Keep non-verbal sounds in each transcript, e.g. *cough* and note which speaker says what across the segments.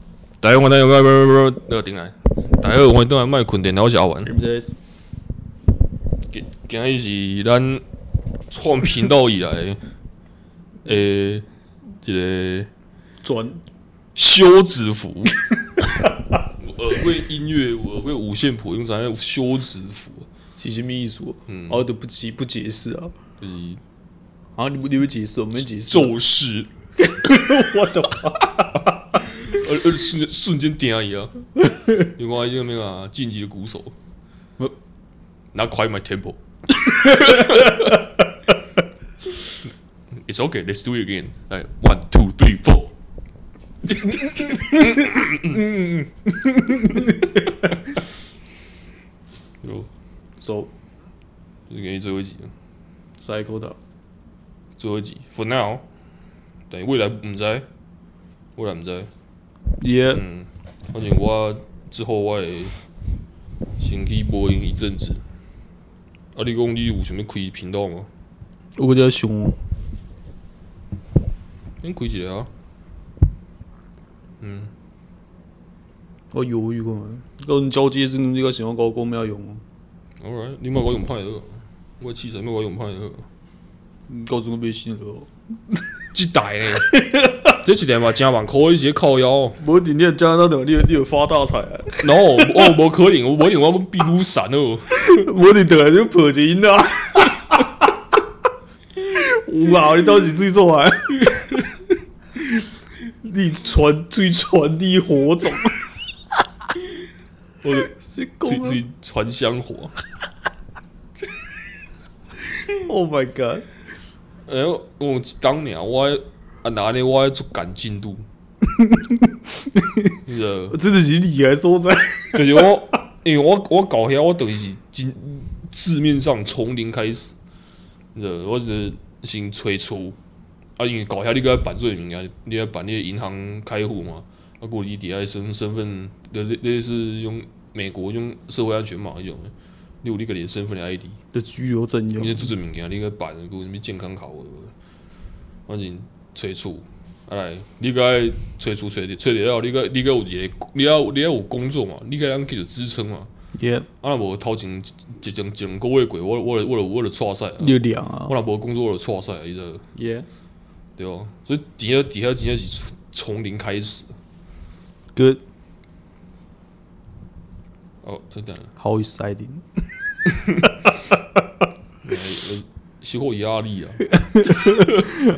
Speaker 1: 我等下我我我顶来，大家好，欢迎倒来莫困电脑小玩。今今日是咱创频道以来，诶，一个
Speaker 2: 转
Speaker 1: 休止符。我会音乐，我会五线谱，用啥叫休止符？
Speaker 2: 是什么意思？嗯，我都不解不解释啊。
Speaker 1: 就是
Speaker 2: 啊，你不你不解释，我没解释。啊
Speaker 1: 咒誓，
Speaker 2: *laughs* 我的妈！
Speaker 1: 呃呃，瞬瞬间点一样。你看那个啊，晋级的鼓手
Speaker 2: 我
Speaker 1: ，Not quite my tempo 。It's okay, let's do it again. 来，one, two, three, four。有，
Speaker 2: 走
Speaker 1: 这给你最后一集了，
Speaker 2: ，cycle 的
Speaker 1: 最后一集，for now。对，未来唔知，未来唔知。
Speaker 2: 耶，
Speaker 1: 嗯，反正我之后我会先去播音一阵子。啊，你讲你有想要开频道吗？
Speaker 2: 我叫熊，
Speaker 1: 先开一个啊。
Speaker 2: 我犹豫过嘛。跟人交接时，你个想要搞公庙用哦，
Speaker 1: Alright，你莫我用歹好，我的器材莫我用歹好。
Speaker 2: 搞什么微信了？
Speaker 1: 即台呢？ *laughs* 这一台嘛真万块，一个靠腰。
Speaker 2: 无顶你加拿大，你你有发大财啊！
Speaker 1: No，哦，无可能，我无可能，我要避雨伞哦。
Speaker 2: 无顶倒来就破钱啊！有啊，你到底最做啥？你传最传递火种，
Speaker 1: 我
Speaker 2: 是
Speaker 1: 最最传香火。
Speaker 2: Oh my god！
Speaker 1: 哎、欸，我有一当年我的啊哪里我爱做赶进度， *laughs* 你知道吗
Speaker 2: 我真的是厉害所在。
Speaker 1: 就是我， *laughs* 因为我我搞遐，我等于是真字面上从零开始，呃，我是先催出，啊，因为搞遐你搁要办做物件，你要办你的银行开户嘛，啊，过你底下身身份，类类似用美国用社会安全码迄种的，你有你个人身份的 ID，
Speaker 2: 的居留证
Speaker 1: 你
Speaker 2: 用
Speaker 1: 的做做物件，你搁办个什物健康考核，反正催出。啊来，你搁爱催出催的，催得了，你搁你搁有一个，你要你要有工作嘛，你搁当去着支撑嘛。
Speaker 2: 耶，
Speaker 1: 啊，若无头前一一两一两个月过，我我我我就错赛啊！
Speaker 2: 有两啊
Speaker 1: 我，若无工作，我就错赛啊！伊个
Speaker 2: 耶，
Speaker 1: 对哦，所以底下底下真正是从零开始。
Speaker 2: 哥，
Speaker 1: 哦，等等，
Speaker 2: 好 exciting！
Speaker 1: 呃呃小可压力啊，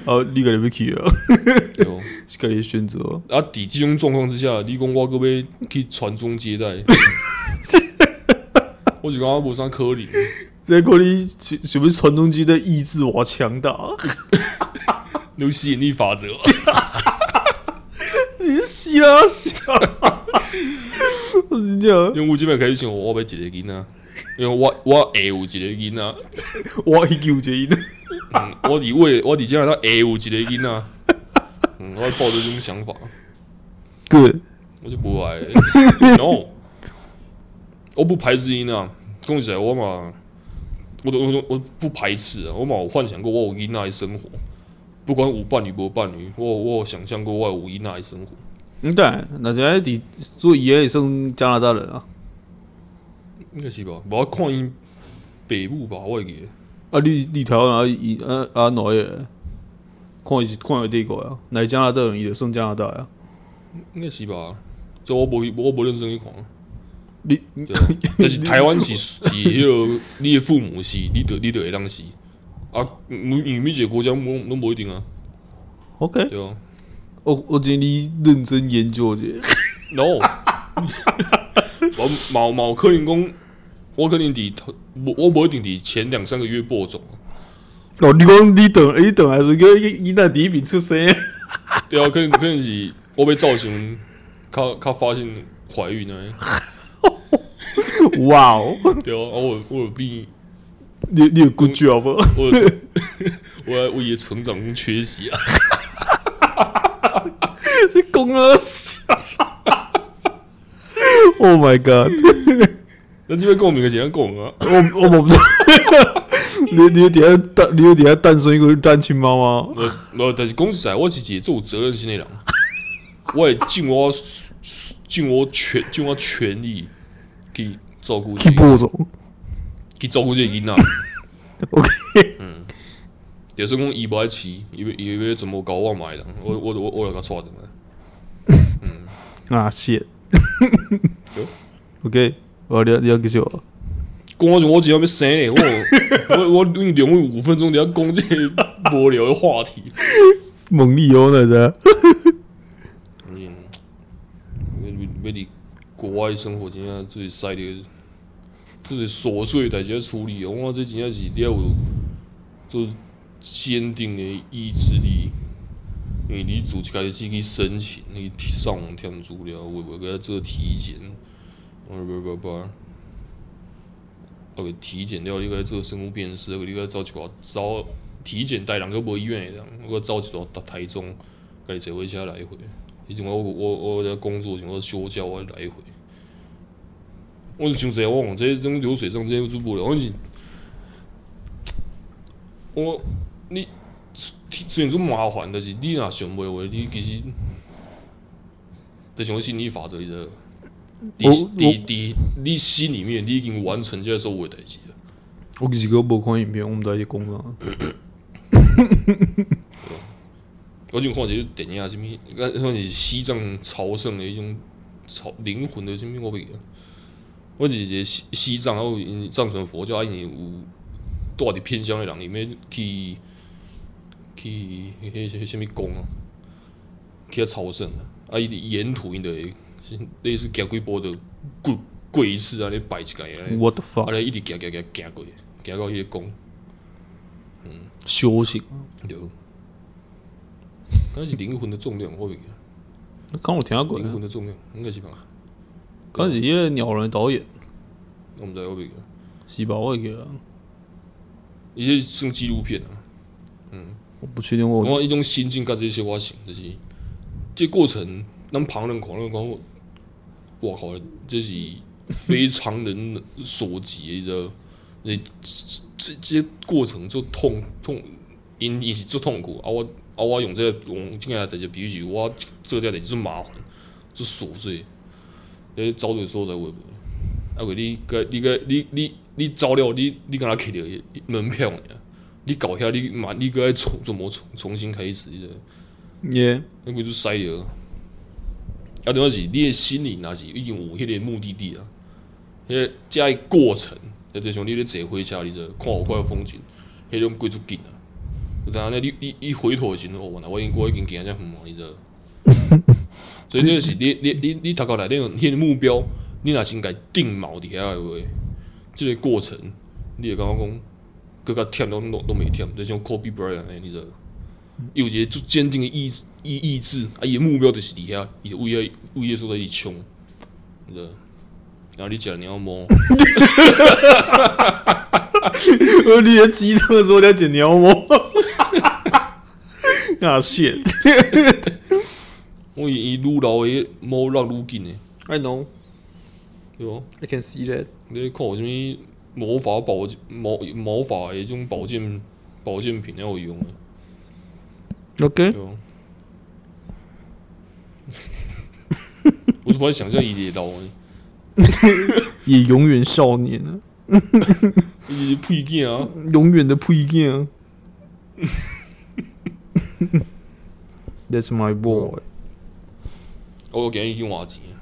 Speaker 2: 啊，你个人要去啊，
Speaker 1: 对哦。
Speaker 2: 是个人选择。
Speaker 1: 啊，伫即种状况之下，你讲我搁要去传宗接代，我就感觉无啥可能。
Speaker 2: 这个你什什么传动机的意志哇强大，啊
Speaker 1: 有吸引力法则，
Speaker 2: 你是死啦死啦！我真的，
Speaker 1: 因为我即摆开始想，我要一个囡仔，因为我我会有一个囡仔。
Speaker 2: 我一九一的，
Speaker 1: 嗯，我伫为我伫加拿大会有一个囡仔，嗯，我抱着这种想法，
Speaker 2: 哥，
Speaker 1: 我就不爱。no，我不排斥囡仔，讲起来我嘛，我都我都我不排斥啊，我嘛有幻想过我有囡仔的生活，不管有伴侣无伴侣，我我有想象过我有囡仔的生活。
Speaker 2: 你等，那现在你做爷也算加拿大人啊？
Speaker 1: 应该是吧，无我看因北母吧，我会记得。
Speaker 2: 啊，你你台湾啊，伊啊啊哪个？看伊是看伊第个啊，来加拿大人伊就算加拿大啊。
Speaker 1: 应该是吧，这我无我无认真去看。
Speaker 2: 你
Speaker 1: 对啊，但是台湾是是迄个你的父母是，你得你得会当是啊，每你每一个国家拢拢无一定啊，
Speaker 2: OK？
Speaker 1: 对啊
Speaker 2: 我我建议你认真研究一下。
Speaker 1: ，no，我毛毛可能讲，我可能伫头我我无一定伫前两三个月播种啊，
Speaker 2: 哦，你讲你等，你等还是个伊那第一笔出生？
Speaker 1: 对啊，可能可能是我被造成，较较发现怀孕啊，
Speaker 2: 哇哦，
Speaker 1: 对啊，啊我我有变，
Speaker 2: 你你有 good job 不？
Speaker 1: 我有 *laughs* 我在为伊的成长中缺席啊，
Speaker 2: 你讲啊 *laughs* ！Oh my god！
Speaker 1: 那这边共鸣个怎样共鸣啊？
Speaker 2: 我我我 *laughs* 不知道，你你底下诞，你底下诞生一个单亲妈妈，
Speaker 1: 我我但是讲实在，我是一个做有责任心的人，我会尽我所尽我全尽我全力去照顾
Speaker 2: 去
Speaker 1: 这个，
Speaker 2: 播种。
Speaker 1: 去照顾这个囡仔。
Speaker 2: OK， *laughs*
Speaker 1: 就是讲伊无爱饲，伊要伊要全部搞我买人，我我我我来甲带转来。
Speaker 2: 啊，shit 아, *laughs*
Speaker 1: 哟。
Speaker 2: OK，我你要你要继续啊。
Speaker 1: 讲我就我只要要生嘞，我我我用两分五分钟就要讲这个无聊的话题。
Speaker 2: 蒙利欧那的，
Speaker 1: 嗯，要要伫国外生活，真正自己塞的，自己琐碎代志要处理。我看这真正是你要有就是坚定的意志力，因为你自一开始去申请，你上网填资料，我我给他做体检，啊不不不，啊个体检了，你该做生物辨识，你该走一寡走体检带人个无医院的人，我走一条台中，家己坐火车来回。以前我我我在工作，想我休假，我来回。我是想说，我往这种流水账这些做不了，我是我你虽然说麻烦，但是你若想袂话，你其实就像心理法则，你知道吗？你
Speaker 2: 我
Speaker 1: 你你你心里面你已经完成这所有的代志了。
Speaker 2: 我其实个无看影片，我毋知伊讲啥。
Speaker 1: 我就看一个电影，什物，那那是西藏朝圣的一种朝灵魂的什物，我袂记得。我是一个西西藏，然后因藏传佛教，啊，因有住伫偏乡的人，里面去去迄迄什物宫啊，去遐朝圣啊，啊伊沿途因就会类似行几步的过过一次啊，咧拜一下啊，
Speaker 2: What the
Speaker 1: 啊
Speaker 2: fuck？
Speaker 1: 咧一直行行行行过，行到迄个宫。
Speaker 2: 修行，
Speaker 1: 有，但是灵魂的重量，我袂记得。
Speaker 2: 刚有听过
Speaker 1: 灵
Speaker 2: 呢，
Speaker 1: 魂的重量，应该是吧？
Speaker 2: 刚是迄个鸟人的导演，
Speaker 1: 我们在后边，
Speaker 2: 是吧？我会记得，
Speaker 1: 伊些算纪录片啊。
Speaker 2: 我不确定我有
Speaker 1: 我一种心境，甲这些我想，就是这过程，咱旁人看了讲，我我靠，这是非常人所及的一个，这这这些过程就痛痛，因因是足痛苦啊！我啊我用这个用这个代志，比喻是我做这个代志足麻烦，足琐碎，你走对所在会袂？啊，为你个你个你你你走了，你你敢若摕着门票尔？你搞遐你嘛，你搁爱重怎么重重新开始的，
Speaker 2: 耶，
Speaker 1: 那个就塞了。啊，对是你的心里若是已经有迄个目的地啊，迄、个加过程，就就像你咧坐火车，你就看有块风景，迄种过足紧啊。就等下你你你回头的时阵，哦，原来我已经我已经行遮远啊，你知道。所以这是你你你你头壳内底有迄个目标，你若先家定锚伫遐的话，即、个过程你会感觉讲，更较忝拢拢拢袂忝，就像 Kobe Bryant 安尼，你知道。伊有一个足坚定的意志意意志，啊，伊的目标就是伫遐，伊就为了为了所在一直冲，你知道。然后你食鸟毛，
Speaker 2: *laughs* 我你的鸡汤说你要剪鸟毛， *laughs* 啊 shit，
Speaker 1: 我伊伊愈老的毛落愈紧的，
Speaker 2: I know,
Speaker 1: 对无？
Speaker 2: I can see that。
Speaker 1: 你看有啥物魔法保魔魔法的迄种保健保健品，还有用的，
Speaker 2: OK，
Speaker 1: 对无？ *laughs* 我怎么想象伊会老的，
Speaker 2: 也永远少年啊，
Speaker 1: 伊是屁囝啊！
Speaker 2: 永远的配件啊。That's my boy。
Speaker 1: 哦我今日去换钱。啊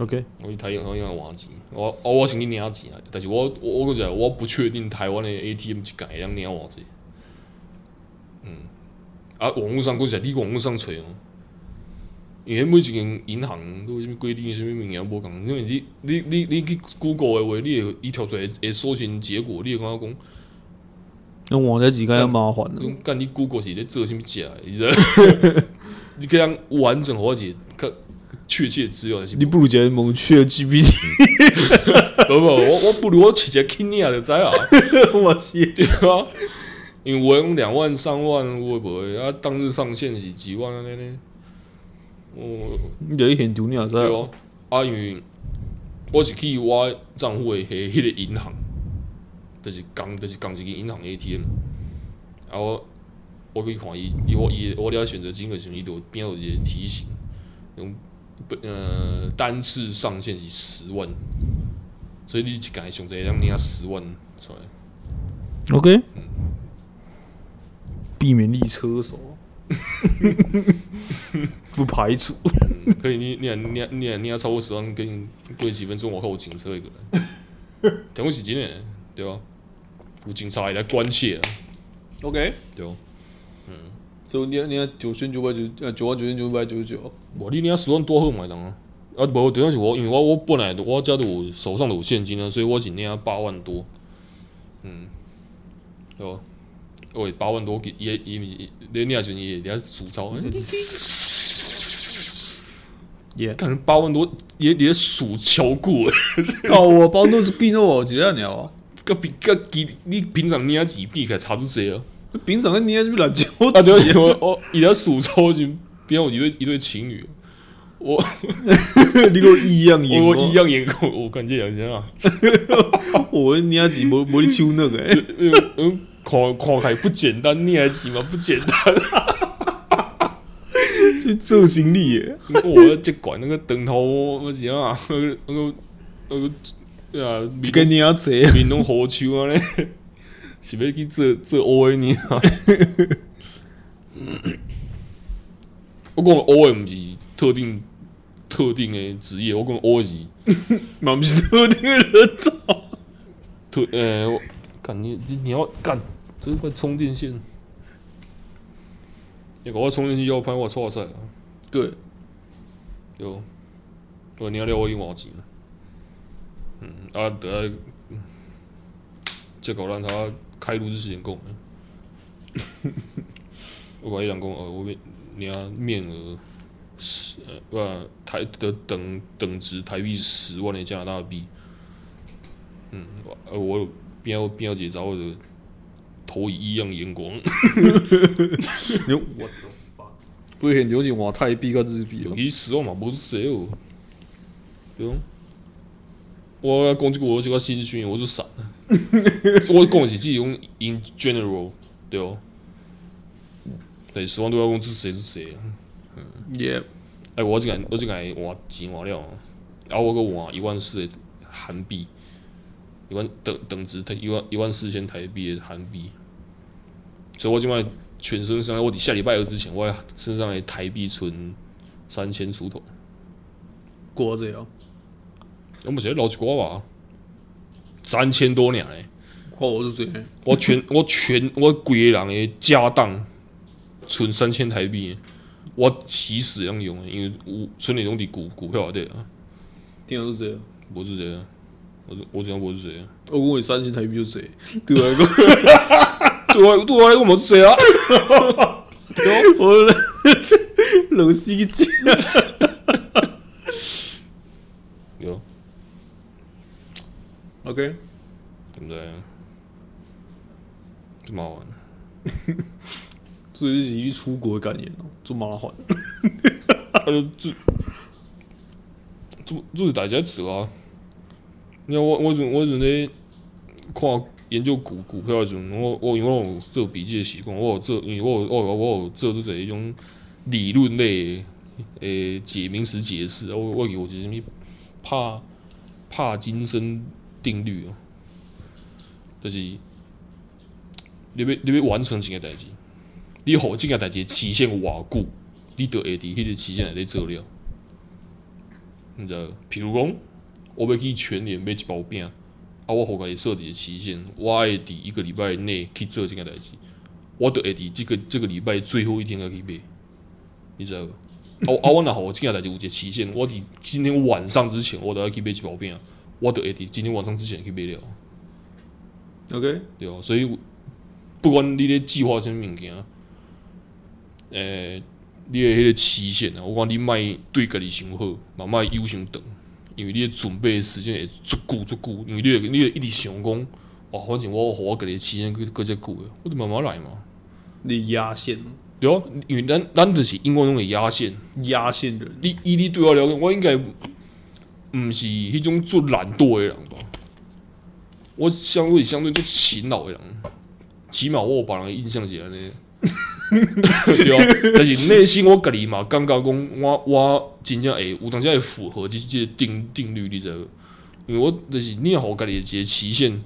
Speaker 2: OK，
Speaker 1: 我去台湾应该换钱，我哦我先去领钱啊，但是我我我个我不确定台湾的 ATM 一间会当领偌济。嗯，啊，网络上佫是你去网络上找哦，因为每一间银行都有啥物规定，啥物物件无共，因为你你你你去 Google 的话，你会伊跳出来会搜寻结果，你会感觉讲，
Speaker 2: 那我这几个要麻烦了。
Speaker 1: 讲干你 Google 是咧做啥物食的，啊你知道？ *laughs* 你可以让完整或者较确切的资料，但是
Speaker 2: 你不如直接猛去 GPT，
Speaker 1: 无无，我我不如我直接去领就知啊。
Speaker 2: *laughs* 我是
Speaker 1: 对啊， *laughs* 因为我用两万、三万，我不会啊，当日上限是几万安尼呢？我
Speaker 2: 你就一天丢你啊！
Speaker 1: 对
Speaker 2: 在
Speaker 1: 啊，啊因为我是去我账户的迄迄个银行，就是共就是共一个银行的 ATM，啊我我去看伊，伊我伊的我了选择金额时候，伊就边有一个提醒，用不呃单次上限是十万，所以你一间上侪让你啊十万出来。
Speaker 2: OK，避免力车手， *laughs* 不排除。
Speaker 1: 嗯可以，你你啊你啊你啊你啊超过十万，给你过几分钟，我靠，有警车会过来， *laughs* 讲我是真诶，对吧？有警察会来关切啊，
Speaker 2: OK，
Speaker 1: 对吧？
Speaker 2: 就你你看九千九百九呃九万九千九百九
Speaker 1: *laughs*
Speaker 2: 十九，
Speaker 1: 无你领十万多好买人啊！啊，无，主要是我，因为我我本来我家都有手上都有现金啊，所以我是领八万多，嗯，对吧？我八万多，伊伊伊，你领时阵伊领数钞，哎
Speaker 2: *laughs* 耶！
Speaker 1: 可能八万多也也数超过， *laughs*
Speaker 2: 告我包都是给那我几两鸟啊？
Speaker 1: 个比个比你平常领几笔还差之济啊！
Speaker 2: 平常你也是来九
Speaker 1: 啊，
Speaker 2: 几
Speaker 1: 对，
Speaker 2: *laughs*
Speaker 1: 我我以前数超级，边有一对一对情侣，我
Speaker 2: 你跟我一样眼
Speaker 1: 我我
Speaker 2: 光
Speaker 1: 一，样眼光，我感觉两千啊，
Speaker 2: 我你啊几没没抽那个欸，
Speaker 1: *laughs* 嗯嗯，看看开不简单，你还急吗？不简单， *laughs*
Speaker 2: 去做行李
Speaker 1: *laughs*
Speaker 2: 耶，
Speaker 1: 我这管那个灯头，我怎样啊？那个那个那个啊，
Speaker 2: 就跟你啊贼，
Speaker 1: 闽东火球啊嘞，是要去做做 O A 呢？ *laughs* 我讲 O A 不是特定特定的职业，我讲 O A 是。
Speaker 2: 嘛不是特定的人造。
Speaker 1: 对，呃、我干你你你要干，这是块充电线。你搞我充电线要拍我错赛啊！
Speaker 2: 对，
Speaker 1: 有，对，你要撩我一毛钱。嗯啊，得，这狗让他开录之前讲的。 *laughs* 我管伊人讲，呃，我面你要面额十，呃，啊台的等等值台币十万的加拿大币。嗯，我呃，我有边要边要姐找我的投以异样眼光，
Speaker 2: 你说 what the fuck？所以很流行换泰币跟日币哦。
Speaker 1: 伊十万嘛，无是谁哦，对哦。我讲即句我就较心虚，我就傻。 *laughs* 我讲的是即种 in general，对哦。对，十万多要讲是谁是谁啊？
Speaker 2: 耶，
Speaker 1: 哎、我就敢，我就敢换钱换了，啊，我个换一万四的韩币，一万等等值台一万一万四千台币的韩币，所以我今摆全身上下，我伫下礼拜二之前，我身上的台币存三千出头，
Speaker 2: 过这样，
Speaker 1: 我们直接老一寡吧，三千多两嘞，
Speaker 2: 看我是谁？
Speaker 1: 我全 *laughs* 我全我规个人的家当存三千台币的，我起死样用的，因为有存的拢伫股股票内底啊。
Speaker 2: 听到是谁？
Speaker 1: 我是谁啊？我是我讲我是谁啊？
Speaker 2: 哦我问你三千台币就是谁？对啊我来
Speaker 1: *laughs*
Speaker 2: 讲，
Speaker 1: 对我对我来讲我是谁啊？哦
Speaker 2: 我 *laughs* 老司机。
Speaker 1: 有
Speaker 2: OK，
Speaker 1: 对不对？这蛮好玩的。
Speaker 2: 这就是一句出国的感言哦，做麻烦。
Speaker 1: 他就这这这是大家吃啊！你看我我阵我阵咧看研究股股票的时阵，我我因为我有做笔记的习惯，我有做因为我有我有我有做这一种理论类的诶解名词解释，啊我我有就是物帕帕金森定律哦，就是你要你要完成一件代志，你互即件代志的期限偌久？你就会伫迄个期间内底做了。你知道，譬如讲，我要去全联买一包饼，啊，我互家己设定的期限，我会伫一个礼拜内去做即件代志，我就会伫即个即个礼拜最后一天才去买，你知道无？啊我啊，我若互即件代志有一个期限，我伫今天晚上之前，我都要去买一包饼，我就会伫今天晚上之前去买了。
Speaker 2: OK，
Speaker 1: 对哦，所以不管你咧计划啥物物件，诶、你诶迄个期限啊，我讲你莫对家己伤好，嘛莫忧伤长，因为你的准备的时间会足久足久，因为你会你会一直想讲，哦，反正我互我家己的期限搁搁遮久诶，我就慢慢来嘛。
Speaker 2: 你压线，哦
Speaker 1: 对啊，因为咱咱就是永远拢会压线，
Speaker 2: 压线人， *laughs*
Speaker 1: 你以你对我了解，我应该毋是迄种做懒惰的人吧？我相对相对做勤劳的人，起码我有别人的印象是安尼。 *laughs* 对啊， *laughs* 但是内心我家己嘛，感觉讲我我真正会有当时会符合即即定定律，你知道无？因为我就是你互家己的一个期限，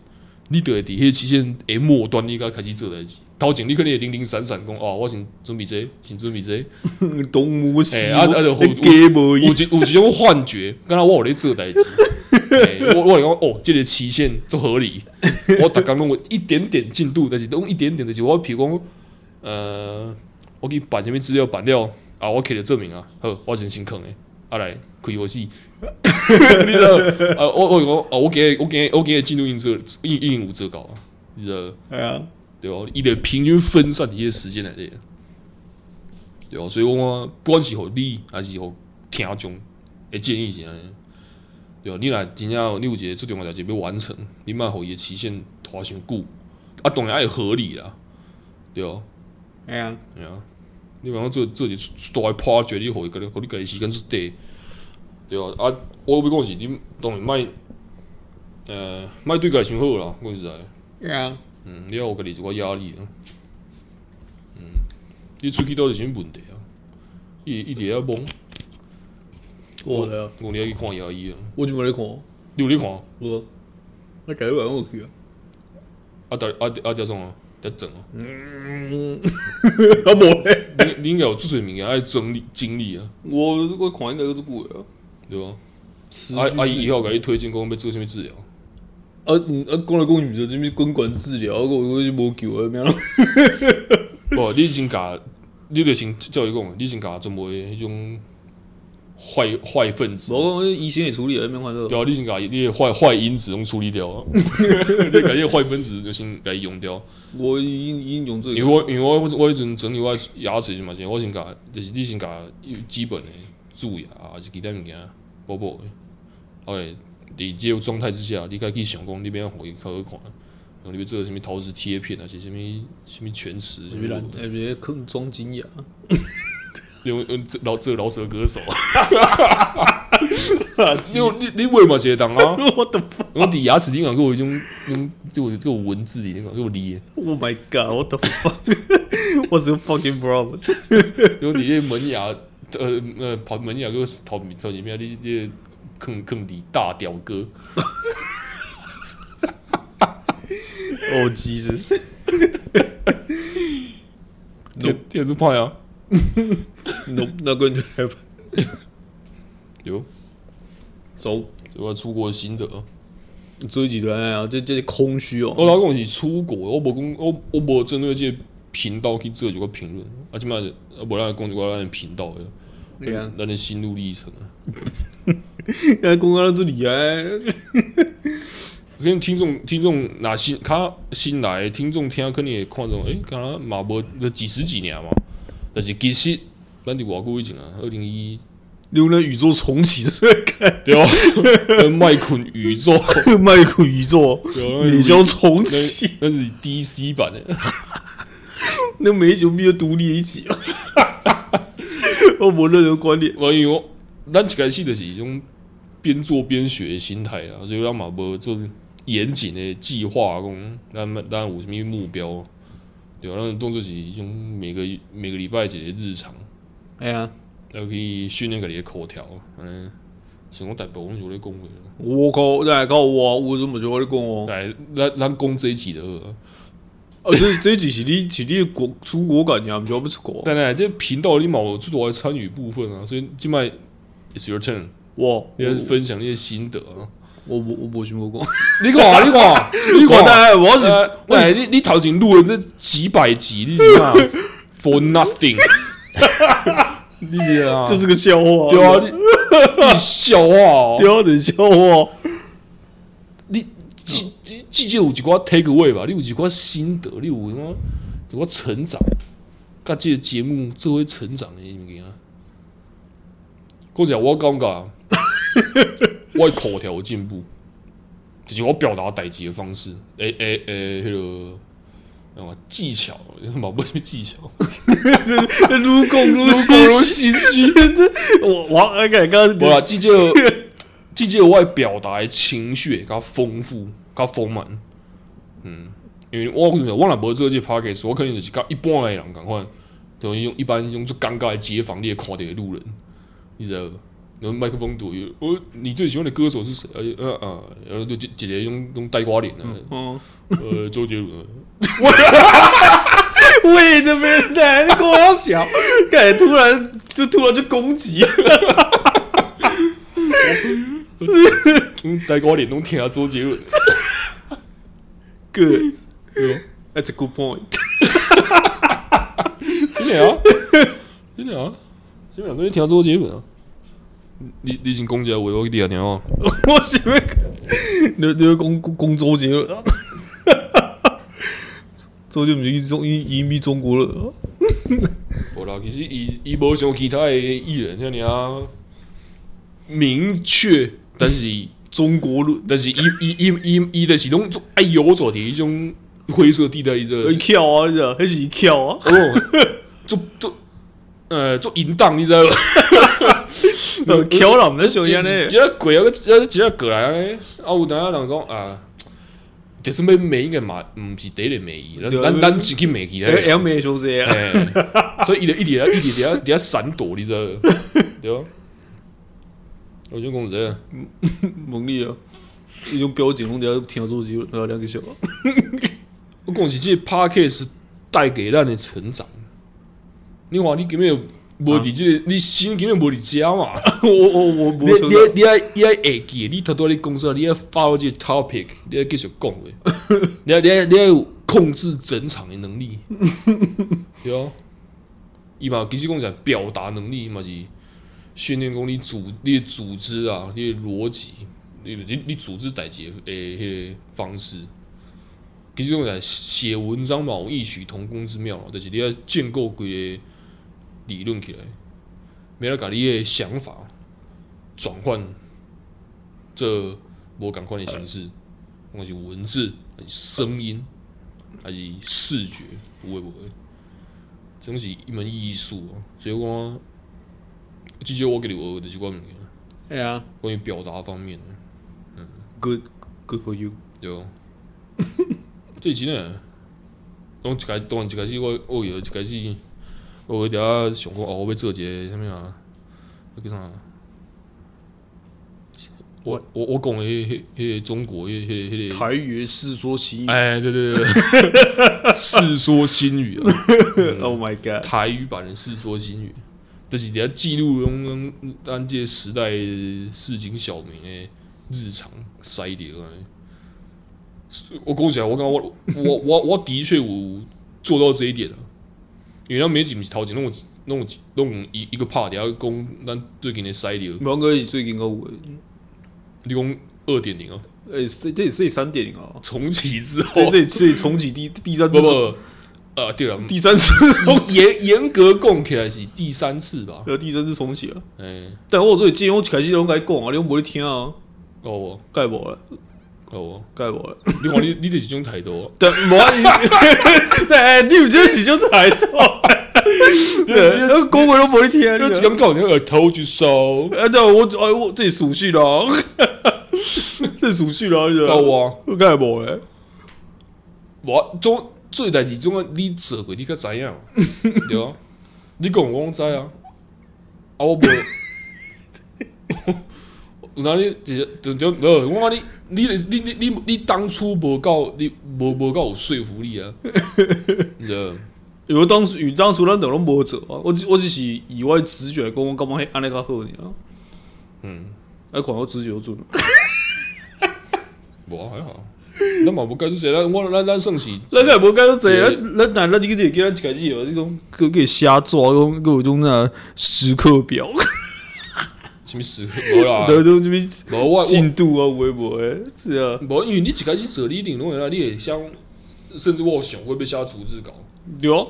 Speaker 1: 你就会伫迄个期限的末端，你才开始做代志。头前你可能会零零散散讲哦，我先准备这个先准备这个
Speaker 2: 东吴西
Speaker 1: 哎啊啊就好
Speaker 2: 你假
Speaker 1: 有
Speaker 2: 无伊，
Speaker 1: 一有一种幻觉，敢若我有咧做代志。欸、我我跟你讲哦，这个期限足合理。我逐工拢有一点点进度，但是拢一点点，就是我譬如讲，呃，我去办啥物资料办了啊，我摕着证明啊，好，我先先坑诶，啊来开游戏。 *laughs* 你知道？啊，我我讲啊，我今日我今日我今日进度应做应应有做到啊，你知道？
Speaker 2: 哎呀，
Speaker 1: 对哦，伊得平均分散伊个时间来底。对哦，所以我不管是互你还是互听众，会建议是安尼。对哦，你若真正你有一个最重要的代志要完成，你莫互伊个期限拖伤久，啊，当然爱合理啦。对哦，
Speaker 2: 哎呀，
Speaker 1: 对啊，你若讲做做一个大个 project，你互伊个互你家己时间是短。对哦，啊，我要讲是你当然莫，呃，莫对家伤好啦，讲实在的。
Speaker 2: 哎呀，
Speaker 1: 嗯，你要有家己一个压力啊。嗯，你出去倒是啥物问题啊？伊伊伫遐懵，
Speaker 2: 我的，
Speaker 1: 讲你要去看牙医啊。
Speaker 2: 我就没来看，我，
Speaker 1: 你有咧看？
Speaker 2: 那改日晚上我去啊，
Speaker 1: 啊，大啊啊，叫创啊，在整啊。
Speaker 2: 嗯， *laughs* 啊无咧，
Speaker 1: 你你应该有做侪物件爱整理经历啊，
Speaker 2: 我我看应该是久的啊，
Speaker 1: 对吧？
Speaker 2: 持
Speaker 1: 啊啊，伊以
Speaker 2: 续
Speaker 1: 后甲你推荐讲要做啥物治疗，
Speaker 2: 啊，嗯啊，讲来讲去毋是这物根管治疗，我我就无救啊，咩 *laughs* 咯？
Speaker 1: 无你先甲，你就先照伊讲啊的，你先甲全部的迄种坏坏分子。
Speaker 2: 无讲医生会处理啊，免烦恼。
Speaker 1: 对啊，你先甲你的坏坏因子拢处理掉啊， *laughs* 你甲你的坏分子就先甲伊用掉。
Speaker 2: 我已经已经用这
Speaker 1: 因为
Speaker 2: 个，
Speaker 1: 我因为我我迄阵整理我的牙齿是嘛是，我先甲就是你先甲基本的蛀牙啊，还是其他物件补补的。OK，伫即个状态之下，你该去想讲你要互伊较好看，然后你要做啥物陶瓷贴片啊，是啥物啥物全瓷，啥
Speaker 2: 特别难
Speaker 1: 物，
Speaker 2: 特哎别坑装金
Speaker 1: *laughs*
Speaker 2: 牙，
Speaker 1: 用用这老这老舌歌手，啊你有你你为嘛是会当啊？
Speaker 2: 我的
Speaker 1: 我伫牙齿顶讲给我一种那种给我给我文字里讲给我哩，
Speaker 2: Oh my god! What the fuck? *laughs* What's your fucking problem?
Speaker 1: 然后你迄门牙，呃呃，跑门牙个头面头前面，你你坑坑你大屌哥，
Speaker 2: Oh Jesus!
Speaker 1: 这这是派啊，
Speaker 2: No, not going to happen.
Speaker 1: 有，
Speaker 2: 走，
Speaker 1: 这我出国的心得啊。
Speaker 2: 最几段啊，这这空虚
Speaker 1: 我
Speaker 2: 哦。
Speaker 1: 老讲是出国，我无讲，我我无针对这个频道去做一个评论，啊，即摆啊，无咱讲一个咱的频道的，
Speaker 2: 对啊，
Speaker 1: 咱的心路历程啊。
Speaker 2: 现在公安都厉害，
Speaker 1: 跟听众听众若新较新来的听众听，肯定会看种，诶、敢若嘛无就几十几年嘛，但是其实咱伫偌久以前啊，二零一
Speaker 2: 用那宇宙重启这看
Speaker 1: 对啊， *laughs* 跟麦昆宇宙，
Speaker 2: 麦克宇宙
Speaker 1: 有那
Speaker 2: 你就重启，
Speaker 1: 那那是 DC 版的，
Speaker 2: 那每一集必须独立一集。我没任何观点。
Speaker 1: 我因为我咱一开始就是一种边做边学的心态啊，所以咱嘛无做严谨的计划讲，咱们咱有啥物目标，对啊，咱当做是一种每个每个礼拜一个日常，
Speaker 2: 哎呀，
Speaker 1: 要去训练家己的口条，嗯，想讲大部分拢是有咧讲话啦。
Speaker 2: 我靠，那靠我，我怎么就我跟你讲哦？
Speaker 1: 来，咱咱讲这一集的好啊。
Speaker 2: 啊，这这一集是你是你的国出国感呀，不是我们出国。
Speaker 1: 当然，这频道你嘛有出多参与部分啊，所以即摆 it's your turn。
Speaker 2: 我
Speaker 1: 你要分享你的心得啊！
Speaker 2: 我我我无想要讲，
Speaker 1: 你看，你看，你
Speaker 2: 我
Speaker 1: 看，
Speaker 2: 但我是
Speaker 1: 呃，喂，你你头前录的这几百集，你是嘛 for nothing？你啊，
Speaker 2: 这是个笑话，
Speaker 1: 对啊，你你笑话哦，
Speaker 2: 对啊，你笑话，
Speaker 1: 你至至至少有一寡 take away 吧，你有一寡心得，你有什么一寡成长，甲这个节目做为成长的物件。讲实话我感觉，我的口条有进步，就是我表达代志的方式，诶诶诶，迄、落那个技巧，嘛不是技巧，
Speaker 2: 撸共撸
Speaker 1: 我
Speaker 2: 心，
Speaker 1: 心虚。
Speaker 2: 我我那个刚
Speaker 1: 无啦，*laughs*
Speaker 2: 刚
Speaker 1: 至少至少我的表达的情绪会较丰富、较丰满。嗯，因为我跟你讲，我若无做这 p a c k a g e 我肯定就是甲一般的人共款，等于用一般用最尴尬的街访，你也看到的路人，你知道吗？然后麦克风堵，我、哦、你最喜欢的歌手是谁？而且呃啊，然后就姐姐用用呆瓜脸啊，
Speaker 2: 哦，
Speaker 1: 呃，周杰伦啊，
Speaker 2: 喂，这边的你跟我小，感突然就突然就攻击，
Speaker 1: 嗯呆瓜脸都听下周杰伦，
Speaker 2: good
Speaker 1: 对吧？
Speaker 2: 그, that's a good point， *laughs*
Speaker 1: 真的啊，真的啊，基本上都是听周杰伦啊。你你已经攻击我，我给你啊，你啊，
Speaker 2: 我喜欢，你你会攻攻攻周 *laughs* 杰伦，周杰伦移中移移民中国了，
Speaker 1: 无啦，其实伊伊无像其他的艺人像你啊明确，但 *laughs* 是
Speaker 2: 中国人
Speaker 1: 但是伊伊伊伊伊的是拢哎爱游走的一种灰色地带里
Speaker 2: 会
Speaker 1: 的，
Speaker 2: 跳啊，你知道，还是跳啊，
Speaker 1: 哦，做做呃做淫荡，你知道吗？
Speaker 2: 呃，跳了，我们想
Speaker 1: 一
Speaker 2: 想呢。
Speaker 1: 只鬼啊，一只过来安尼，啊有当人讲啊，就算要骂应该嘛，毋是第一个骂伊，咱
Speaker 2: 对
Speaker 1: 咱咱自己骂起来。
Speaker 2: L 妹兄弟啊，
Speaker 1: 哎，所以伊就一直在一直在在闪躲，你知道吗？ *laughs* 对吧？我就讲这个，
Speaker 2: 猛力啊！一种表情，我等下听周杰伦，然后两个小 *laughs* 啊，
Speaker 1: 我讲是这个 podcast 带给咱的成长。你看，你根本无伫这个，你心根本无伫遮嘛。
Speaker 2: 我我我
Speaker 1: 你你
Speaker 2: 我
Speaker 1: 你爱你爱会记，你头拄仔你讲说，你要 follow 这个 topic，你要继续讲的，你要你要你要有控制整场的能力，对啊，伊嘛其实讲起来表达能力嘛是训练讲你组你的组织啊，你的逻辑，你你你组织代志的迄个方式。其实讲起来写文章嘛，有异曲同工之妙啦，就是你要建构规个理论起来，免得甲你的想法转换这无共款的形式，还是文字，还是声音，还是视觉，不会不会，这东是一门艺术啊。所以我至少我给你学的这款物件，
Speaker 2: 哎呀
Speaker 1: 关于表达方面的，
Speaker 2: ，good good for you，
Speaker 1: 对哦。这真的，当一开当然一开始我我有一开始，我有一点仔想讲哦，我要做一个什物啊，那叫啥？我我我讲的迄迄个中国迄迄迄个。
Speaker 2: 台语是说西语
Speaker 1: 哎，对对对，对 *laughs* 世说新语啊，
Speaker 2: *laughs* ，Oh my God，
Speaker 1: 台语版的世说新语，就是你要记录用咱这个时代的市井小民的日常塞点啊。我讲起来，我感觉我我我我的确有做到这一点啊，因为咱每集不是头前弄有弄有弄有一一个 part，然后讲咱最近的塞点，
Speaker 2: 毛哥是最近个我，
Speaker 1: 你讲二点零啊，
Speaker 2: 哎，这这也是三点零啊，
Speaker 1: 重启之后
Speaker 2: 这，这这重启第第三
Speaker 1: 哦不
Speaker 2: 次，
Speaker 1: 不，呃，对了，
Speaker 2: 第三次 *laughs* 重，
Speaker 1: 严严格讲起来是第三次吧？
Speaker 2: 呃，第三次重启啊。
Speaker 1: 哎、
Speaker 2: 但我最近我开始拢该讲啊，你拢无咧听啊，
Speaker 1: 够哦，
Speaker 2: 盖无了，
Speaker 1: 够哦，
Speaker 2: 盖无了。
Speaker 1: 你看你你就是这种态度，
Speaker 2: 但无，啊 *laughs* 但哎你有这是种态度，对，讲话拢无咧听，啊
Speaker 1: 那只刚告你耳头去
Speaker 2: *laughs*
Speaker 1: 收，
Speaker 2: 哎，对，我哎我这熟悉啦，这熟悉啦，这
Speaker 1: 够哦，
Speaker 2: 我盖无诶，
Speaker 1: 我做做代志种啊，你做过你较知影，对啊，你讲我拢知啊，啊我无，有哪里就就就呃，我讲你你你你你你当初无够你无无够有说服力啊，你知道？
Speaker 2: 因为当时，因为当初咱两拢无做啊，我只我只是以我的直觉讲，我感觉迄安尼较好尔。
Speaker 1: 嗯，
Speaker 2: 哎，看我直觉有准，
Speaker 1: 无啊还好，咱嘛无干这咱我咱咱算是
Speaker 2: 咱个无解做济，
Speaker 1: 对
Speaker 2: 咱咱咱咱你个记咱一开始有这种，个个瞎抓，种个有种那时刻表，
Speaker 1: 什么时刻无
Speaker 2: *laughs*
Speaker 1: 啦？
Speaker 2: 对种什么
Speaker 1: 无我我
Speaker 2: 进度啊，有诶无诶，是啊，
Speaker 1: 无，因为你一开始做你领拢会啦，你会想，甚至我有想过要写逐字稿，
Speaker 2: 对啊。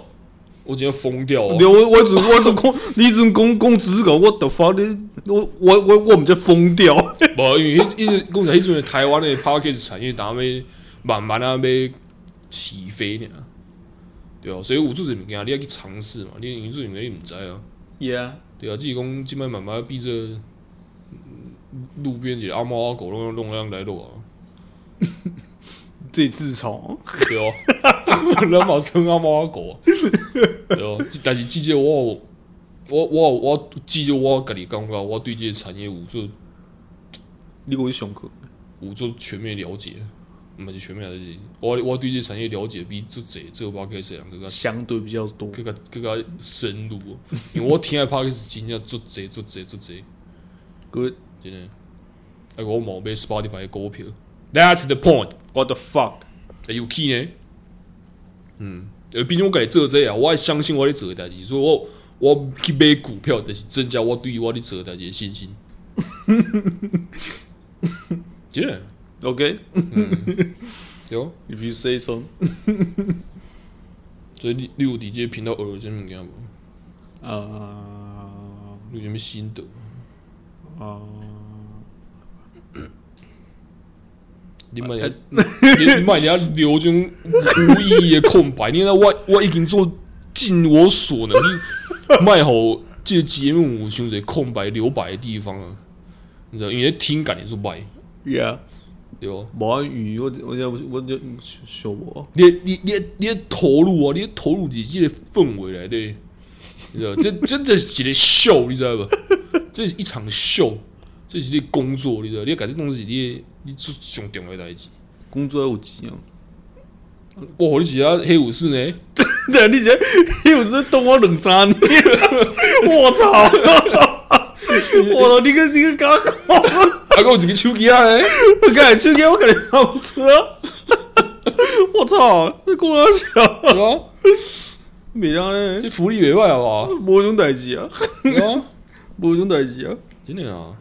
Speaker 1: 我真的疯掉哦
Speaker 2: 对，！我我只我只讲，你只讲讲只搞，我的发你我我我我们就疯掉。
Speaker 1: 无，因为迄一直讲起来，迄阵的台湾的 p a r k e t 产业，当要慢慢啊要起飞呢，对啊，所以有做这物件，你要去尝试嘛，你你做这物件你毋知啊，
Speaker 2: Yeah，
Speaker 1: 对啊，只是讲即摆慢慢变做嗯路边一个阿猫阿狗拢拢样来落啊，
Speaker 2: 这自嘲，
Speaker 1: 哦 *laughs* 对啊，咱嘛生阿猫阿狗啊，对哦，这但是即个我有我我有我即个我家己感觉，我对这个产业有做
Speaker 2: 你有去上课？
Speaker 1: 有做全面了解，毋是全面了解，我我对这个产业了解比做这做 p o d c a s 人更加
Speaker 2: 相对比较多，
Speaker 1: 更加更加深入哦，因为我听的 p o d c a s 真正做这做这做这，
Speaker 2: Good
Speaker 1: 真的，哎，我冇买 Spotify 的股票，That's the point。
Speaker 2: What the fuck？
Speaker 1: 欸、有气呢。嗯，呃，毕竟我家己做这啊，我爱相信我咧做诶代志，所以我我去买股票，就是增加我对于我咧做诶代志诶信心。真诶，
Speaker 2: OK，
Speaker 1: 对哦。
Speaker 2: if you say so。
Speaker 1: 所以你你有伫即个频道学了啥物件无？
Speaker 2: 啊
Speaker 1: 你有啥物心得？
Speaker 2: 啊，
Speaker 1: 你莫你你莫遐留这种无意义诶空白。你看我我已经做尽我所能，你莫互即个节目有伤侪空白留白诶地方啊。你知道，因为听感也是歹，
Speaker 2: yeah，
Speaker 1: 对哦。
Speaker 2: 无啊语，我我我我就想无，
Speaker 1: 你你你你的投入啊，你的投入伫即个氛围内底，你知道，这真的是一个秀，你知道吧？这是一场秀，这是你的工作，你知道，你感觉东西你的你做上重要的代志。
Speaker 2: 工作要有钱啊。
Speaker 1: 我互你一个黑武士呢，
Speaker 2: *laughs* 对，啊你这你有这等我两三年， *laughs* 我操！我你个你个刚刚，
Speaker 1: 还有一个手机啊呢，
Speaker 2: *laughs* 我感觉今天我可能跑车， *laughs* 我操！这公交车
Speaker 1: 对吧？
Speaker 2: 袂当咧，
Speaker 1: 这福利袂歹好不好？
Speaker 2: 无种代志啊，
Speaker 1: 对吧？
Speaker 2: 无种代志啊。
Speaker 1: 真的啊，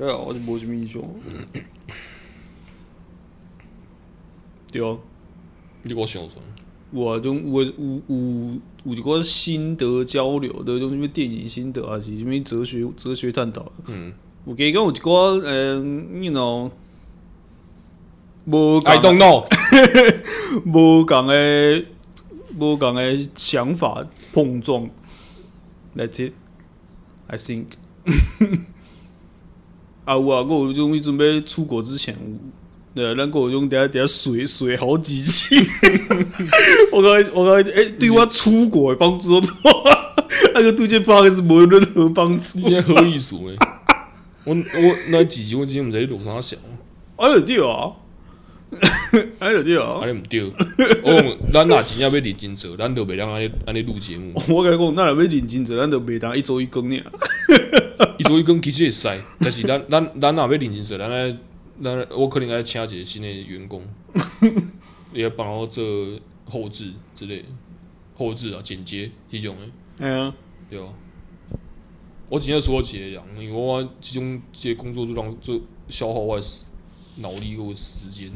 Speaker 2: 哎呀，我就无什么印象。对啊，
Speaker 1: 你给我想想，
Speaker 2: 我种我有有有一个心得交流的，种什么电影心得啊，是什么哲学哲学探讨。
Speaker 1: 嗯
Speaker 2: 有加讲有一寡，嗯、你 y o u know，无
Speaker 1: ，I don't
Speaker 2: 共
Speaker 1: know，
Speaker 2: 无共的无共的想法碰撞，That's it。I think *laughs* 啊有啊，我有种迄阵要出国之前有，对，啊咱我有种等下等下水水好几次。 *laughs* 我感觉我感觉，诶、欸对我出国的帮 *laughs* 助多，那个对这 p o d 没有任何帮助
Speaker 1: 你。现在何意思呢？我我那几集我之前毋知你录啥想。
Speaker 2: 哎呦对啊， *laughs* 哎呦对啊，
Speaker 1: 安尼毋对， *laughs* 我讲咱若真正要认真做，咱就袂当安尼安尼录节目。
Speaker 2: 我甲你讲，咱若要认真做，咱就袂当一周一更尔。
Speaker 1: 伊做伊讲其实会使，但是咱咱咱若要认真做，咱爱咱我可能爱请一个新的员工，伊来帮我做后置之类的，后置啊剪接即种的，
Speaker 2: 哎呀，
Speaker 1: 对啊。我真正说我一个人，因为我即种即个工作就让就消耗我的时脑力跟我的时间。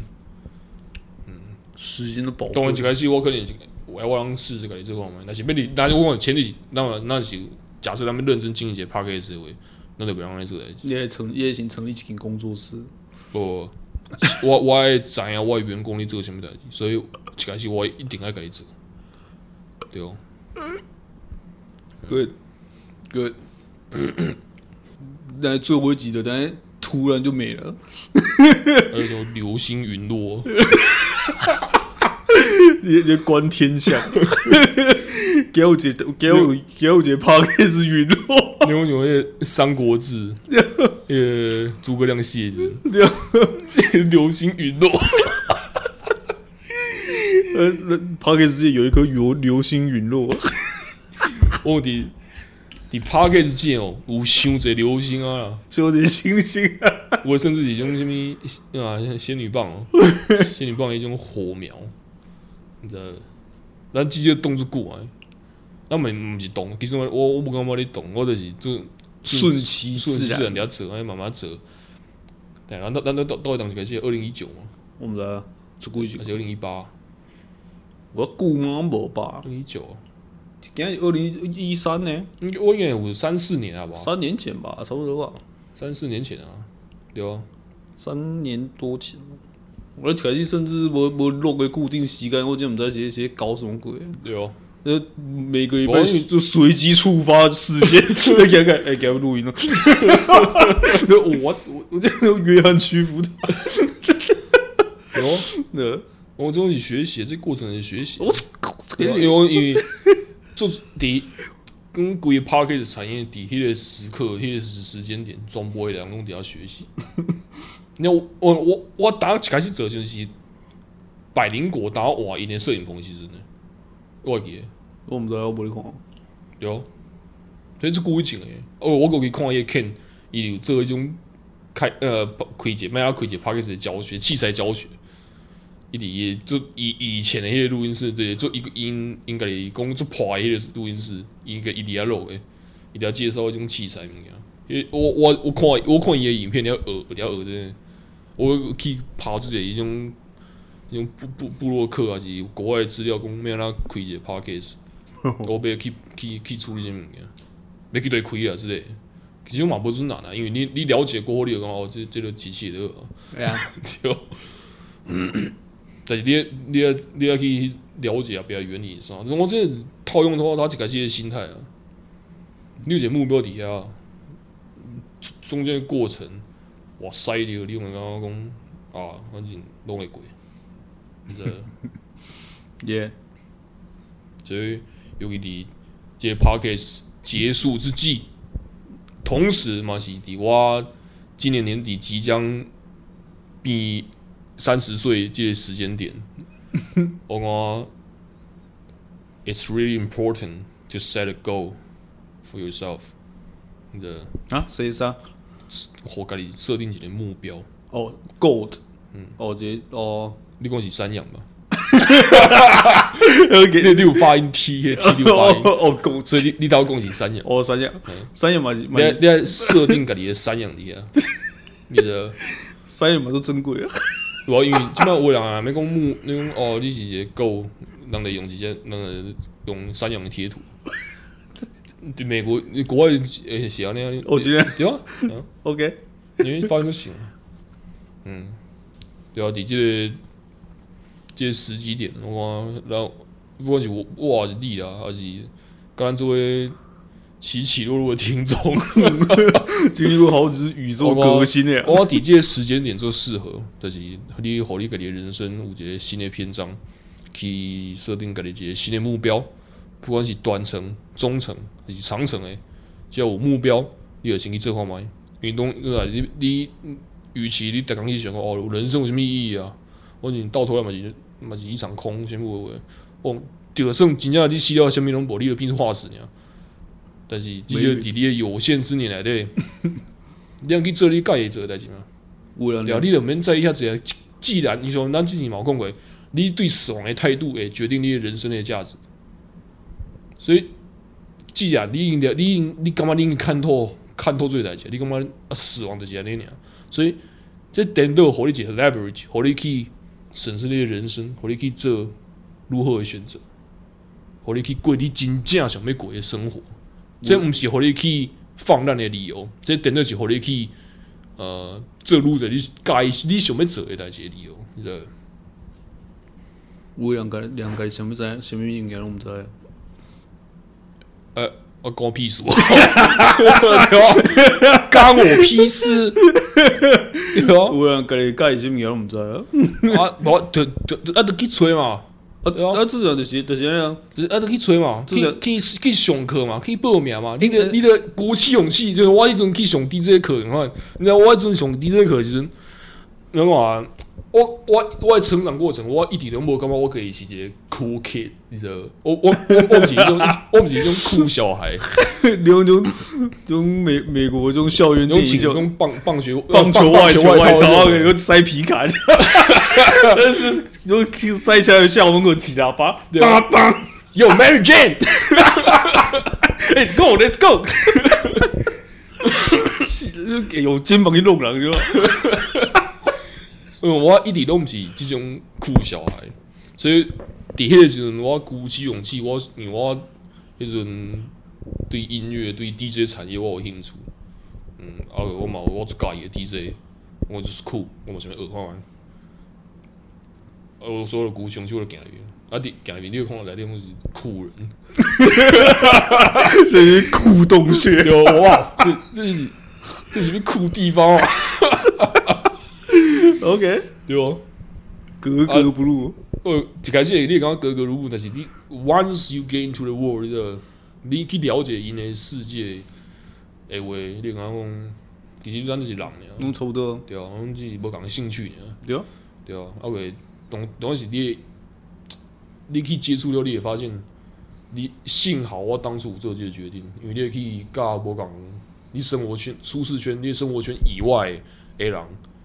Speaker 2: 时间的宝
Speaker 1: 当然一
Speaker 2: 贵。
Speaker 1: 开始我可能是我我人试试家己做看觅，但是要你，但是我讲前提是，那么那是假设咱们认真经营一个 p a c k a g e 话，咱就袂让咱做代志。
Speaker 2: 你也成，你也先成立一间工作室。
Speaker 1: 无，我我爱知影我的员工咧做啥物代志，所以一开始我一定爱家己做。对哦，
Speaker 2: Good, good。但是最后一集的，但是突然就没了。 *laughs*
Speaker 1: 而且流星陨落，
Speaker 2: 你你观天象，给我一个，给我给我一个 p o c a s t 陨落。 *laughs*
Speaker 1: 你有有那个《三国志》那个诸葛亮写子，
Speaker 2: 对啊，
Speaker 1: 流星陨落，
Speaker 2: 呃，p o c a s t 界有一颗流流星陨落。
Speaker 1: 我伫伫 p a c k a g e 界哦，有伤侪流星啊啦。
Speaker 2: 兄弟，星星啊！
Speaker 1: 我甚至是用什么啊仙女棒哦，仙女棒的一种火苗，你知道？咱即个动作过来，咱们毋是动，其实我我我无感觉你动，我就是就
Speaker 2: 顺其
Speaker 1: 顺
Speaker 2: 自
Speaker 1: 其自然
Speaker 2: 然。
Speaker 1: 了做，安哎尼慢慢做。对，咱咱咱到到当时开始二零一九嘛，
Speaker 2: 我们来，啊这规矩
Speaker 1: 还。是二零一八、
Speaker 2: 我舅妈无吧
Speaker 1: 二？零一九？
Speaker 2: 今年二零一三呢，
Speaker 1: 应该我应该有三四年了吧？
Speaker 2: 三年前吧，差不多吧，
Speaker 1: 三四年前啊，对啊，
Speaker 2: 三年多前。我咧开始甚至无无落个固定时间，我真毋知直接搞什么鬼。
Speaker 1: 对啊，
Speaker 2: 呃，每个礼拜
Speaker 1: 无你
Speaker 2: 就随机触发事件，
Speaker 1: *laughs*
Speaker 2: 来给看，哎，给他录音了。我我我这个约翰屈服的，
Speaker 1: 对啊，
Speaker 2: 那
Speaker 1: 我这种是学习，这过程是学习。
Speaker 2: 我这个这
Speaker 1: 对吧因为我因为就是第跟规个 p a r k e t 产业底迄个时刻、迄、那个时时间点，全部的人拢伫遐学习。那我我我我打一开始做就是百灵果打换因的摄影棚时阵呢，我会记得
Speaker 2: 我毋知道我无咧看。
Speaker 1: 对哦，这是故意整的。哦，我过去看伊 Ken，伊有做迄种开呃开一个麦克开一个 p a r k e t 的教学器材教学。伊伫伊就以以前的迄个录音室，这些做一个因应该是讲做破的迄个录音室，伊个伊伫遐录的，伊伫遐介绍迄种器材物件。因为我我我看我看伊的影片，你要学，你要学真的。我去爬即个迄种迄种部部部落客啊，是国外的资料，讲要安怎开一个 podcast，我要去去去处理啥物件，要去对开啊之类的。其实我嘛无准难啊，因为你你了解过后，你就讲哦，这这个机器的，
Speaker 2: 对啊，
Speaker 1: *laughs* 对。 *coughs* 但是你你要你要去了解啊，别个原理啥。但是我这套用的话，他一开始的心态啊，你有一个目标底下，中间的过程，哇塞你有你用刚刚讲啊，反正拢会过，你知道？
Speaker 2: 耶，
Speaker 1: 所以尤其伫这 p a r k a s 结束之际，同时嘛是伫我今年年底即将变三十岁这个时间点， *laughs* 我讲，It's really important to set a goal for yourself。你的
Speaker 2: 啊，谁杀？
Speaker 1: 活该你设定一个目标，
Speaker 2: 哦，Gold，嗯，哦，这
Speaker 1: *laughs*
Speaker 2: 哦
Speaker 1: 你讲是山羊吧？
Speaker 2: ，OK，
Speaker 1: 你你有发音 T 的 T 你有发音，
Speaker 2: *laughs* 哦，Gold，
Speaker 1: 所以你你头讲是山羊。
Speaker 2: 哦，三样，
Speaker 1: 嗯
Speaker 2: 三样嘛是，嘛
Speaker 1: 你要
Speaker 2: 是
Speaker 1: 你要设定家己的山羊底啊，你的。
Speaker 2: 三样嘛是珍贵啊。
Speaker 1: 我因为即摆有的人啊，咪讲木，你讲哦，你是一个狗，人类用一些，人类用山羊的贴图。对美国、你国外诶是安尼啊，你
Speaker 2: 我觉得
Speaker 1: 对啊，对啊
Speaker 2: OK，
Speaker 1: 因为发现就行了。啊嗯，对啊，伫即、个即、个时机点，我看然后不管是我我也是你啦，还是甲咱做为起起落落的听众。
Speaker 2: 经历过好几次宇宙革新的啊，
Speaker 1: 我伫即个时间点做适合，就是你互你家己的人生有一个新的篇章，去设定家己一个新的目标，不管是短程、中程还是长程诶，只要有目标，你就先去做看觅。因为拢呃，你你与其你逐工去想讲哦，人生有啥物意义啊？我是到头来嘛是嘛是一场空，全部话哦，就算真正你死了，啥物拢无，你就变成化石尔。但是，即个伫你的有限之年内底，你通去做你家己做诶代志嘛？
Speaker 2: 有人
Speaker 1: 对啊，你就免在意遐济啊。既既然你像咱之前嘛有讲过，你对死亡的态度会决定你的人生的价值。所以，既然你已经了，你已经你感觉你已经看透看透这个代志，你感觉啊死亡就是安尼尔。所以，这颠倒互你一个 leverage，互你去审视你的人生，互你去做如何的选择，互你去过你真正想要过的生活。这毋是互你去放任的理由，这颠倒是互你去。呃，这路者你该你想要做的代志的理由，你知道？
Speaker 2: 有人家人家啥物知，啥物物件拢毋知道。
Speaker 1: 呃，我关我屁事， *laughs* 对吧干我屁事，对
Speaker 2: 有人家己家己啥物件拢毋知啊。
Speaker 1: 吧？啊，我就就就啊，就去吹嘛，
Speaker 2: 啊
Speaker 1: 对啊
Speaker 2: 啊，至少就是就是安尼啊。
Speaker 1: 就是啊，就去吹嘛，
Speaker 2: 这
Speaker 1: 去
Speaker 2: 个
Speaker 1: 去去上课嘛，去报名嘛。你
Speaker 2: 嗯
Speaker 1: 的你的鼓起勇气，就是我迄阵去上 DJ 课，你看，你知道我迄阵上 DJ 课的时阵，你看啊，我我我的成长过程，我一直都无感觉我可以是一个 cool kid，你知道？我我我我不是迄种， *laughs* 我不是迄种酷小
Speaker 2: *laughs*
Speaker 1: 孩。
Speaker 2: 你用种种美美国这种校园电
Speaker 1: 用
Speaker 2: 影
Speaker 1: 请
Speaker 2: 就
Speaker 1: 用棒棒球
Speaker 2: 棒球
Speaker 1: 外
Speaker 2: 外球外
Speaker 1: 套
Speaker 2: 套，给个塞皮卡，但是就塞起来校门口起喇叭，
Speaker 1: 对啊
Speaker 2: 叭叭，
Speaker 1: 有 Mary Jane，
Speaker 2: 哎，Go Let's Go，有肩膀去弄人就，
Speaker 1: 因为我一直都毋是即种酷小孩，所以伫迄个时阵我鼓起勇气，我因为我迄阵对音乐对 DJ 产业我有兴趣，嗯，啊我嘛我做家己的 DJ，我就是酷，我嘛想要学看看。啊，我所有的鼓起勇气我就行入去，啊，伫行入去你有看到内底拢是酷人。
Speaker 2: 这是酷洞穴，
Speaker 1: 有哇，这这是这是酷地方啊，
Speaker 2: OK，
Speaker 1: *laughs* 对哦。
Speaker 2: 格格不入，
Speaker 1: 呃，一开始你会感觉格格不入，但是你 once you get into the world，你就你去了解因的世界的话，你会感觉讲，其实咱就是人尔，
Speaker 2: 嗯拢差不多，
Speaker 1: 对啊，咱只是无共兴趣尔，
Speaker 2: 对啊，
Speaker 1: 对啊，啊个当当时你会你去接触了，你会发现，你幸好我当初有做这个决定，因为你会去甲无共你生活圈、舒适圈、你的生活圈以外的人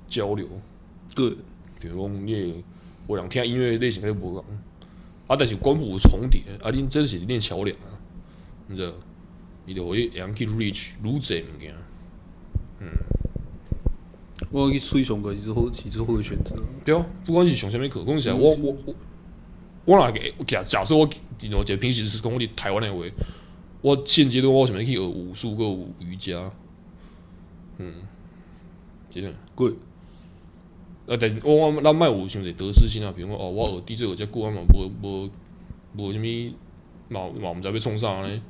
Speaker 1: 交流。
Speaker 2: 对，
Speaker 1: 比如讲，你有人听音乐类型跟你无共，啊，但是光谱有重叠，啊，恁这是练桥梁啊，你知道？伊就会会用去 reach 愈济物件，
Speaker 2: 我去吹上过是好，是最好的选择。
Speaker 1: 对啊，不管是上啥物课，讲实在，我我我我若个假假设我然后一个平时是讲我伫台湾的话，我现阶段我想要去学武术个瑜嗯伽，嗯，真的。
Speaker 2: 对，
Speaker 1: 啊，但我我咱卖有想者得失心啊，比如讲哦，我学 DJ 有遮久啊嘛，无无无啥物，嘛嘛毋知要创啥
Speaker 2: *laughs*
Speaker 1: 咧。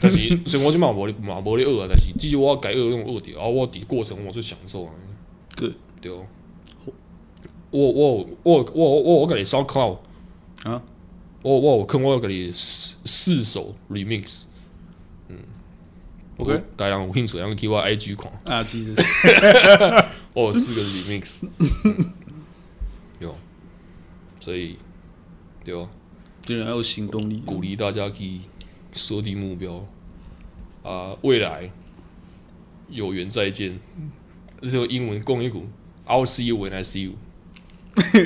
Speaker 1: 但是虽然我即嘛无咧嘛无咧学啊，但是至少我该学的拢有学着，啊，我伫过程我最享受啊。
Speaker 2: 对
Speaker 1: 对哦，我我我我我我家己 SoundCloud
Speaker 2: 啊，
Speaker 1: 我我有坑我家己四四首 remix，嗯
Speaker 2: OK
Speaker 1: 大家人有兴趣，人去我 IG 看。
Speaker 2: 啊，其实
Speaker 1: 我有哦四个 remix，、嗯、有，所以对啊，
Speaker 2: 真的要有行动力。
Speaker 1: 鼓励大家去设定目标啊、未来有缘再见，这是英文共一股，I'll see you when I see you，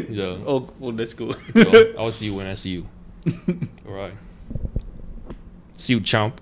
Speaker 1: 你知道
Speaker 2: *laughs*
Speaker 1: 吗
Speaker 2: 哦，我 Let's go。
Speaker 1: 对啊 I'll see you when I see you，All right，see you chump。